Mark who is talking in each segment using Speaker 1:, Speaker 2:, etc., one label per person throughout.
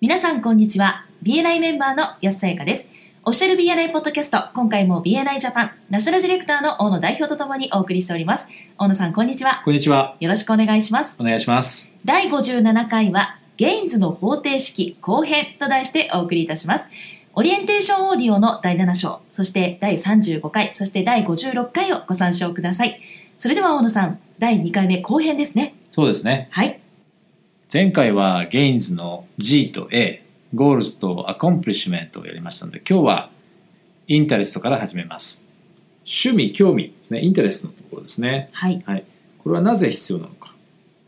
Speaker 1: 皆さんこんにちは BNI メンバーの安さやかですオフィシャル BNI ポッドキャスト今回も BNI ジャパンナショナルディレクターの大野代表とともにお送りしております大野さんこんにちは
Speaker 2: こんにちは。
Speaker 1: よろしくお願いします
Speaker 2: お願いします。
Speaker 1: 第57回は「ゲインズの方程式後編」と題してお送りいたしますオリエンテーションオーディオの第7章そして第35回そして第56回をご参照くださいそれでは大野さん第2回目後編ですね
Speaker 2: そうですね。
Speaker 1: はい
Speaker 2: 前回はゲインズの G と A、ゴールズとアコンプリッシュメントをやりましたので、今日はインタレストから始めます。趣味、興味ですね。インタレストのところですね。
Speaker 1: はい
Speaker 2: はい。これはなぜ必要なのか。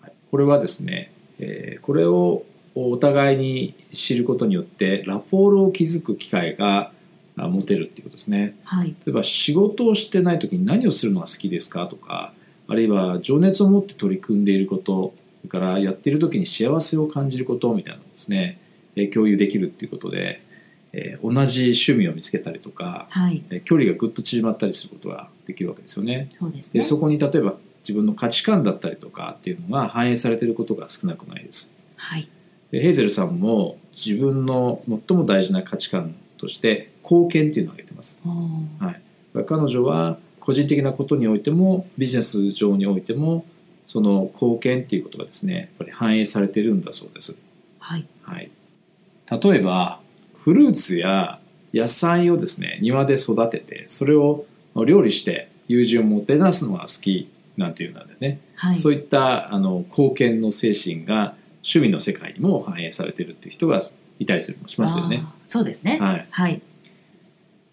Speaker 2: はいこれはですね、えーこれをお互いに知ることによって、ラポールを築く機会があ持てるっていうことですね。
Speaker 1: はい
Speaker 2: 例えば仕事をしてない時に何をするのが好きですかとかあるいは情熱を持って取り組んでいることそれからやっている時に幸せを感じることみたいなのをですねえー共有できるっていうことで、えー同じ趣味を見つけたりとか
Speaker 1: はい
Speaker 2: えー距離がぐっと縮まったりすることができるわけですよね。
Speaker 1: そうですね
Speaker 2: でそこに例えば自分の価値観だったりとかっていうのが反映されていることが少なくないです。
Speaker 1: はい
Speaker 2: でヘーゼルさんも自分の最も大事な価値観として貢献っていうのを挙げてます。
Speaker 1: おー
Speaker 2: 彼女は個人的なことにおいてもビジネス上においてもその貢献っていうことがですねやっぱり反映されてるんだそうです、
Speaker 1: はい
Speaker 2: はい、例えばフルーツや野菜をですね庭で育ててそれを料理して友人をもてなすのが好きなんていうのでね、
Speaker 1: はい
Speaker 2: そういったあの貢献の精神が趣味の世界にも反映されてるっていう人がいたりするしますよね。
Speaker 1: あーそうですね
Speaker 2: はい
Speaker 1: はい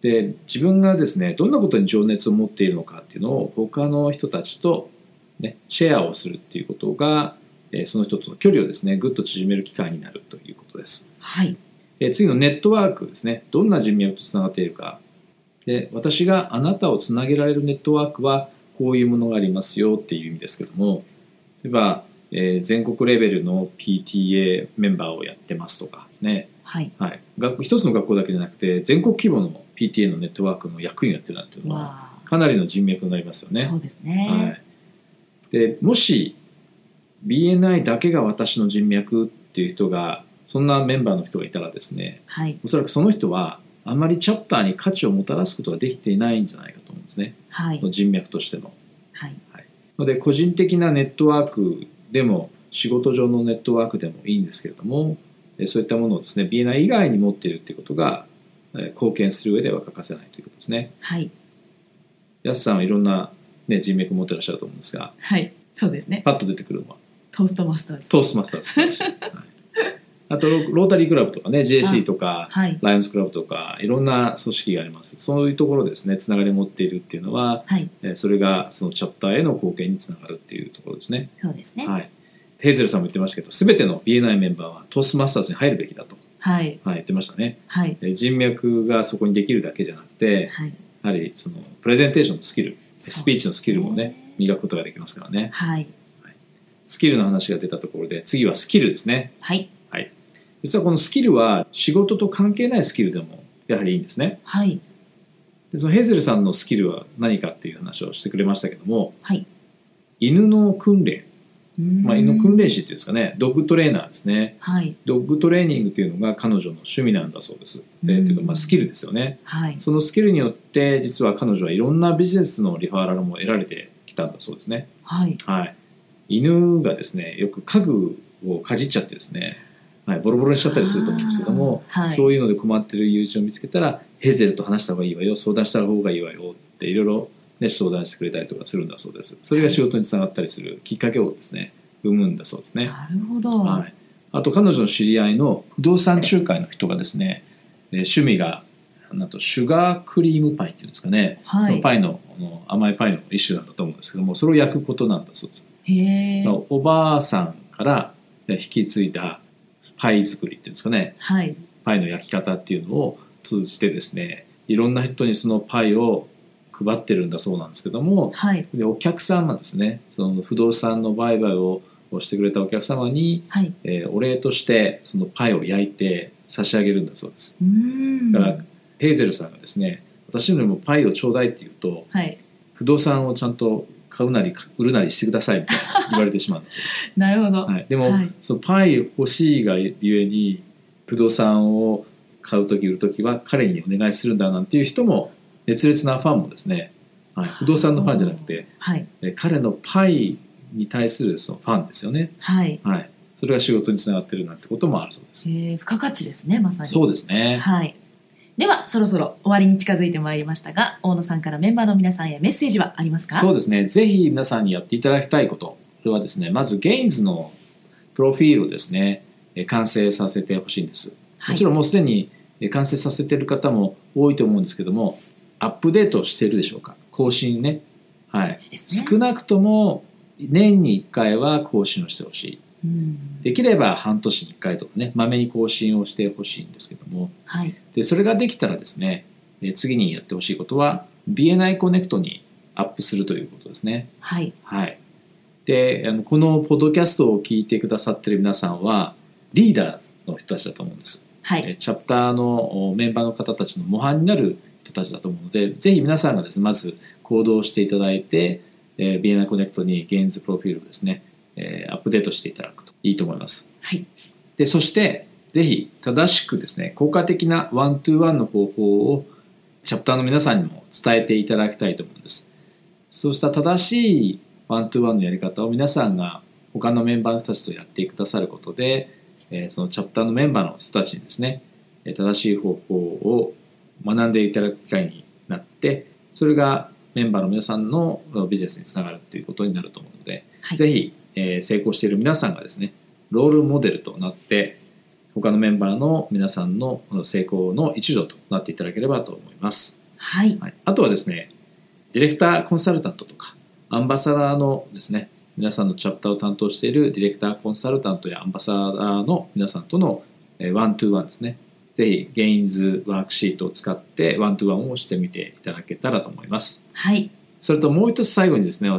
Speaker 2: で自分がですねどんなことに情熱を持っているのかっていうのを他の人たちと、ね、シェアをするっていうことが、えーその人との距離をですねぐっと縮める機会になるということです、
Speaker 1: はい
Speaker 2: えー次のネットワークですねどんな人脈とつながっているかで私があなたをつなげられるネットワークはこういうものがありますよっていう意味ですけども例えば、えー全国レベルの PTA メンバーをやってますとかですね
Speaker 1: はい
Speaker 2: はい、学一つの学校だけじゃなくて全国規模の PTA のネットワークの役員をやってるなんていうのは
Speaker 1: わ
Speaker 2: かなりの人脈になりますよ
Speaker 1: ー
Speaker 2: ね
Speaker 1: そ。うですね、
Speaker 2: はい、でもし BNI だけが私の人脈っていう人がそんなメンバーの人がいたらですね
Speaker 1: はい
Speaker 2: おそらくその人はあまりチャプターに価値をもたらすことができていないんじゃないかと思うんですね
Speaker 1: はい
Speaker 2: 人脈としての。
Speaker 1: はい
Speaker 2: ので個人的なネットワークでも仕事上のネットワークでもいいんですけれどもえーそういったものをですね BNI 以外に持っているっていうことがえー貢献する上では欠かせないということですね。
Speaker 1: はい
Speaker 2: やすさんはいろんな、ね、人脈持ってらっしゃると思うんですが
Speaker 1: はいそうですね
Speaker 2: パッと出てくるのは
Speaker 1: トーストマスターズ
Speaker 2: トーストマスターズで す、はい、あとロロータリークラブとかね JC とか
Speaker 1: はい
Speaker 2: ライオンズクラブとかいろんな組織がありますそういうところですねつながりを持っているっていうのは
Speaker 1: はい
Speaker 2: えーそれがそのチャプターへの貢献につながるっていうところですね。
Speaker 1: そうですね
Speaker 2: はい、ヘーゼルさんも言ってましたけど全ての BNI メンバーはトーストマスターズに入るべきだと、
Speaker 1: はい
Speaker 2: はい、言ってましたね
Speaker 1: はい
Speaker 2: えー人脈がそこにできるだけじゃなくて
Speaker 1: はい
Speaker 2: やはりそのプレゼンテーションのスキルスピーチのスキルも
Speaker 1: そうです
Speaker 2: ね磨くことができますからね
Speaker 1: はい
Speaker 2: スキルの話が出たところで次はスキルですね
Speaker 1: はい
Speaker 2: 実はこのスキルは仕事と関係ないスキルでもやはりいいんですね
Speaker 1: はい
Speaker 2: でそのヘーゼルさんのスキルは何かっていう話をしてくれましたけども
Speaker 1: はい
Speaker 2: 犬の訓練、まあ、犬の訓
Speaker 1: 練
Speaker 2: 練士っていうんですかねドッグトレーナーですね
Speaker 1: はい
Speaker 2: ドッグトレーニングというのが彼女の趣味なんだそうです。で
Speaker 1: うん
Speaker 2: というかまあスキルですよね。
Speaker 1: はい
Speaker 2: そのスキルによって実は彼女はいろんなビジネスのリファーラルも得られてきたんだそうですね。
Speaker 1: はい
Speaker 2: はい、犬がですねよく家具をかじっちゃってですね、はい、ボロボロにしちゃったりすると思うんですけども、
Speaker 1: あーはい
Speaker 2: そういうので困ってる友人を見つけたらヘーゼルと話した方がいいわよ相談した方がいいわよっていろいろ、ね、相談してくれたりとかするんだそうです。それが仕事につながったりするきっかけをですね生むんだそうですね。
Speaker 1: なるほど
Speaker 2: はい、あと彼女の知り合いの不動産仲介の人がですね、えー趣味がなんとシュガークリームパイっていうんですかね、
Speaker 1: は
Speaker 2: その
Speaker 1: い
Speaker 2: パイのあの甘いパイの一種なんだと思うんですけどもそれを焼くことなんだそうです、
Speaker 1: へえ
Speaker 2: まあおばあさんからえー引き継いだパイ作りっていうんですかね
Speaker 1: はい
Speaker 2: パイの焼き方っていうのを通じてですねいろんな人にそのパイを配ってるんだそうなんですけども、
Speaker 1: はい
Speaker 2: でお客様ですねその不動産の売買ををしてくれたお客様に
Speaker 1: はい
Speaker 2: えーお礼としてそのパイを焼いて差し上げるんだそうです
Speaker 1: うーん
Speaker 2: だからヘーゼルさんがですね私にもパイをちょうだいって言うと
Speaker 1: はい
Speaker 2: 不動産をちゃんと買うなり売るなりしてくださいみたい な言われてしまうんですよ、
Speaker 1: なるほど
Speaker 2: はい、でも、
Speaker 1: はい
Speaker 2: そのパイ欲しいがゆえに不動産を買う時売る時は彼にお願いするんだなんていう人も熱烈なファンもですね、はい、不動産のファンじゃなくて
Speaker 1: はい
Speaker 2: え彼のパイに対するそのファンですよね、
Speaker 1: はい、
Speaker 2: はい、それが仕事につながってるなんてこともあるそうです
Speaker 1: え。ー、付加価値ですねまさに
Speaker 2: そうですね、
Speaker 1: はいではそろそろ終わりに近づいてまいりましたが大野さんからメンバーの皆さんへメッセージはありますか
Speaker 2: そうですね。ぜひ皆さんにやっていただきたいこと。これはですね、まずゲインズのプロフィールをですね、えー完成させてほしいんです。
Speaker 1: は
Speaker 2: も
Speaker 1: い
Speaker 2: ちろんもうすでにえー完成させてる方も多いと思うんですけども、アップデートしてるでしょうか。更新ね。はい。
Speaker 1: ですね
Speaker 2: 少なくとも年に1回は更新をしてほしい。
Speaker 1: うん
Speaker 2: できれば半年に1回とかね、まめに更新をしてほしいんですけども、
Speaker 1: はい
Speaker 2: でそれができたらですねえー次にやってほしいことは BNI コネクトにアップするということですね
Speaker 1: はい
Speaker 2: はいであのこのポッドキャストを聞いてくださってる皆さんはリーダーの人たちだと思うんです、
Speaker 1: は
Speaker 2: え
Speaker 1: い
Speaker 2: ーチャプターのおメンバーの方たちの模範になる人たちだと思うのでぜひ皆さんがですねまず行動していただいて、えー、BNI コネクトにゲインズプロフィールをですね、えーアップデートしていただくといいと思います
Speaker 1: はい
Speaker 2: でそしてぜひ正しくですね効果的なワントゥーワンの方法をチャプターの皆さんにも伝えていただきたいと思うんですそうした正しいワントゥーワンのやり方を皆さんが他のメンバーの人たちとやってくださることで、えーそのチャプターのメンバーの人たちにですねえー正しい方法を学んでいただく機会になってそれがメンバーの皆さんのビジネスにつながるということになると思うので
Speaker 1: はい
Speaker 2: ぜひ、えー成功している皆さんがですねロールモデルとなって他のメンバーの皆さんの成功の一助となっていただければと思います、
Speaker 1: はい
Speaker 2: はい、あとはですねディレクターコンサルタントとかアンバサダーのですね皆さんのチャプターを担当しているディレクターコンサルタントやアンバサダーの皆さんとのえーワントゥーワンですねぜひゲインズワークシートを使ってワントゥーワンをしてみていただけたらと思います
Speaker 1: はい
Speaker 2: それともう一つ最後にですね、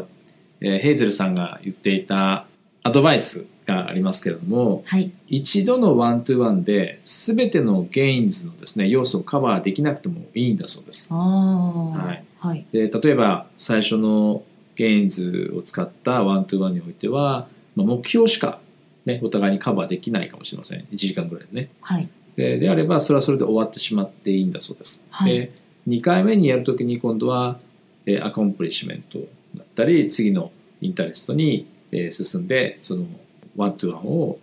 Speaker 2: えーヘイゼルさんが言っていたアドバイスがありますけれども
Speaker 1: はい
Speaker 2: 一度のワントゥワンで全てのゲインズのですね要素をカバーできなくてもいいんだそうです
Speaker 1: ああ
Speaker 2: はい
Speaker 1: はい
Speaker 2: で例えば最初のゲインズを使ったワントゥワンにおいては、まあ、目標しか、ね、お互いにカバーできないかもしれません1時間ぐらいでね
Speaker 1: はい
Speaker 2: でであればそれはそれで終わってしまっていいんだそうです、
Speaker 1: はい
Speaker 2: で2回目にやるときに今度は、えーアコンプリッシュメントだったり次のインタレストに、えー進んでそのワントゥワンを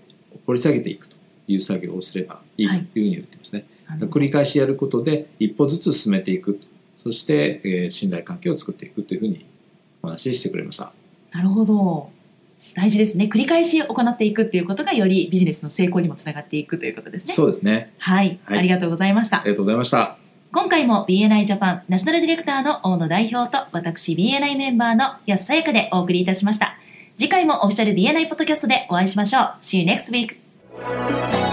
Speaker 2: 掘り下げていくという作業をすればいいと
Speaker 1: は
Speaker 2: いう
Speaker 1: い
Speaker 2: ふうに言ってますね、
Speaker 1: あの
Speaker 2: 繰り返しやることで一歩ずつ進めていくそして、えー信頼関係を作っていくというふうにお話ししてくれました
Speaker 1: なるほど。大事ですね。繰り返し行っていくっていうことがよりビジネスの成功にもつながっていくということですね。
Speaker 2: そうですね
Speaker 1: はい、
Speaker 2: はい
Speaker 1: ありがとうございまし
Speaker 2: あ
Speaker 1: た。
Speaker 2: りがとうございました
Speaker 1: 今回も BNI ジャパンナショナルディレクターの大野代表と私 BNI メンバーの安さやかでお送りいたしました。次回もオフィシャル BNI ポッドキャストでお会いしましょう。See you next week!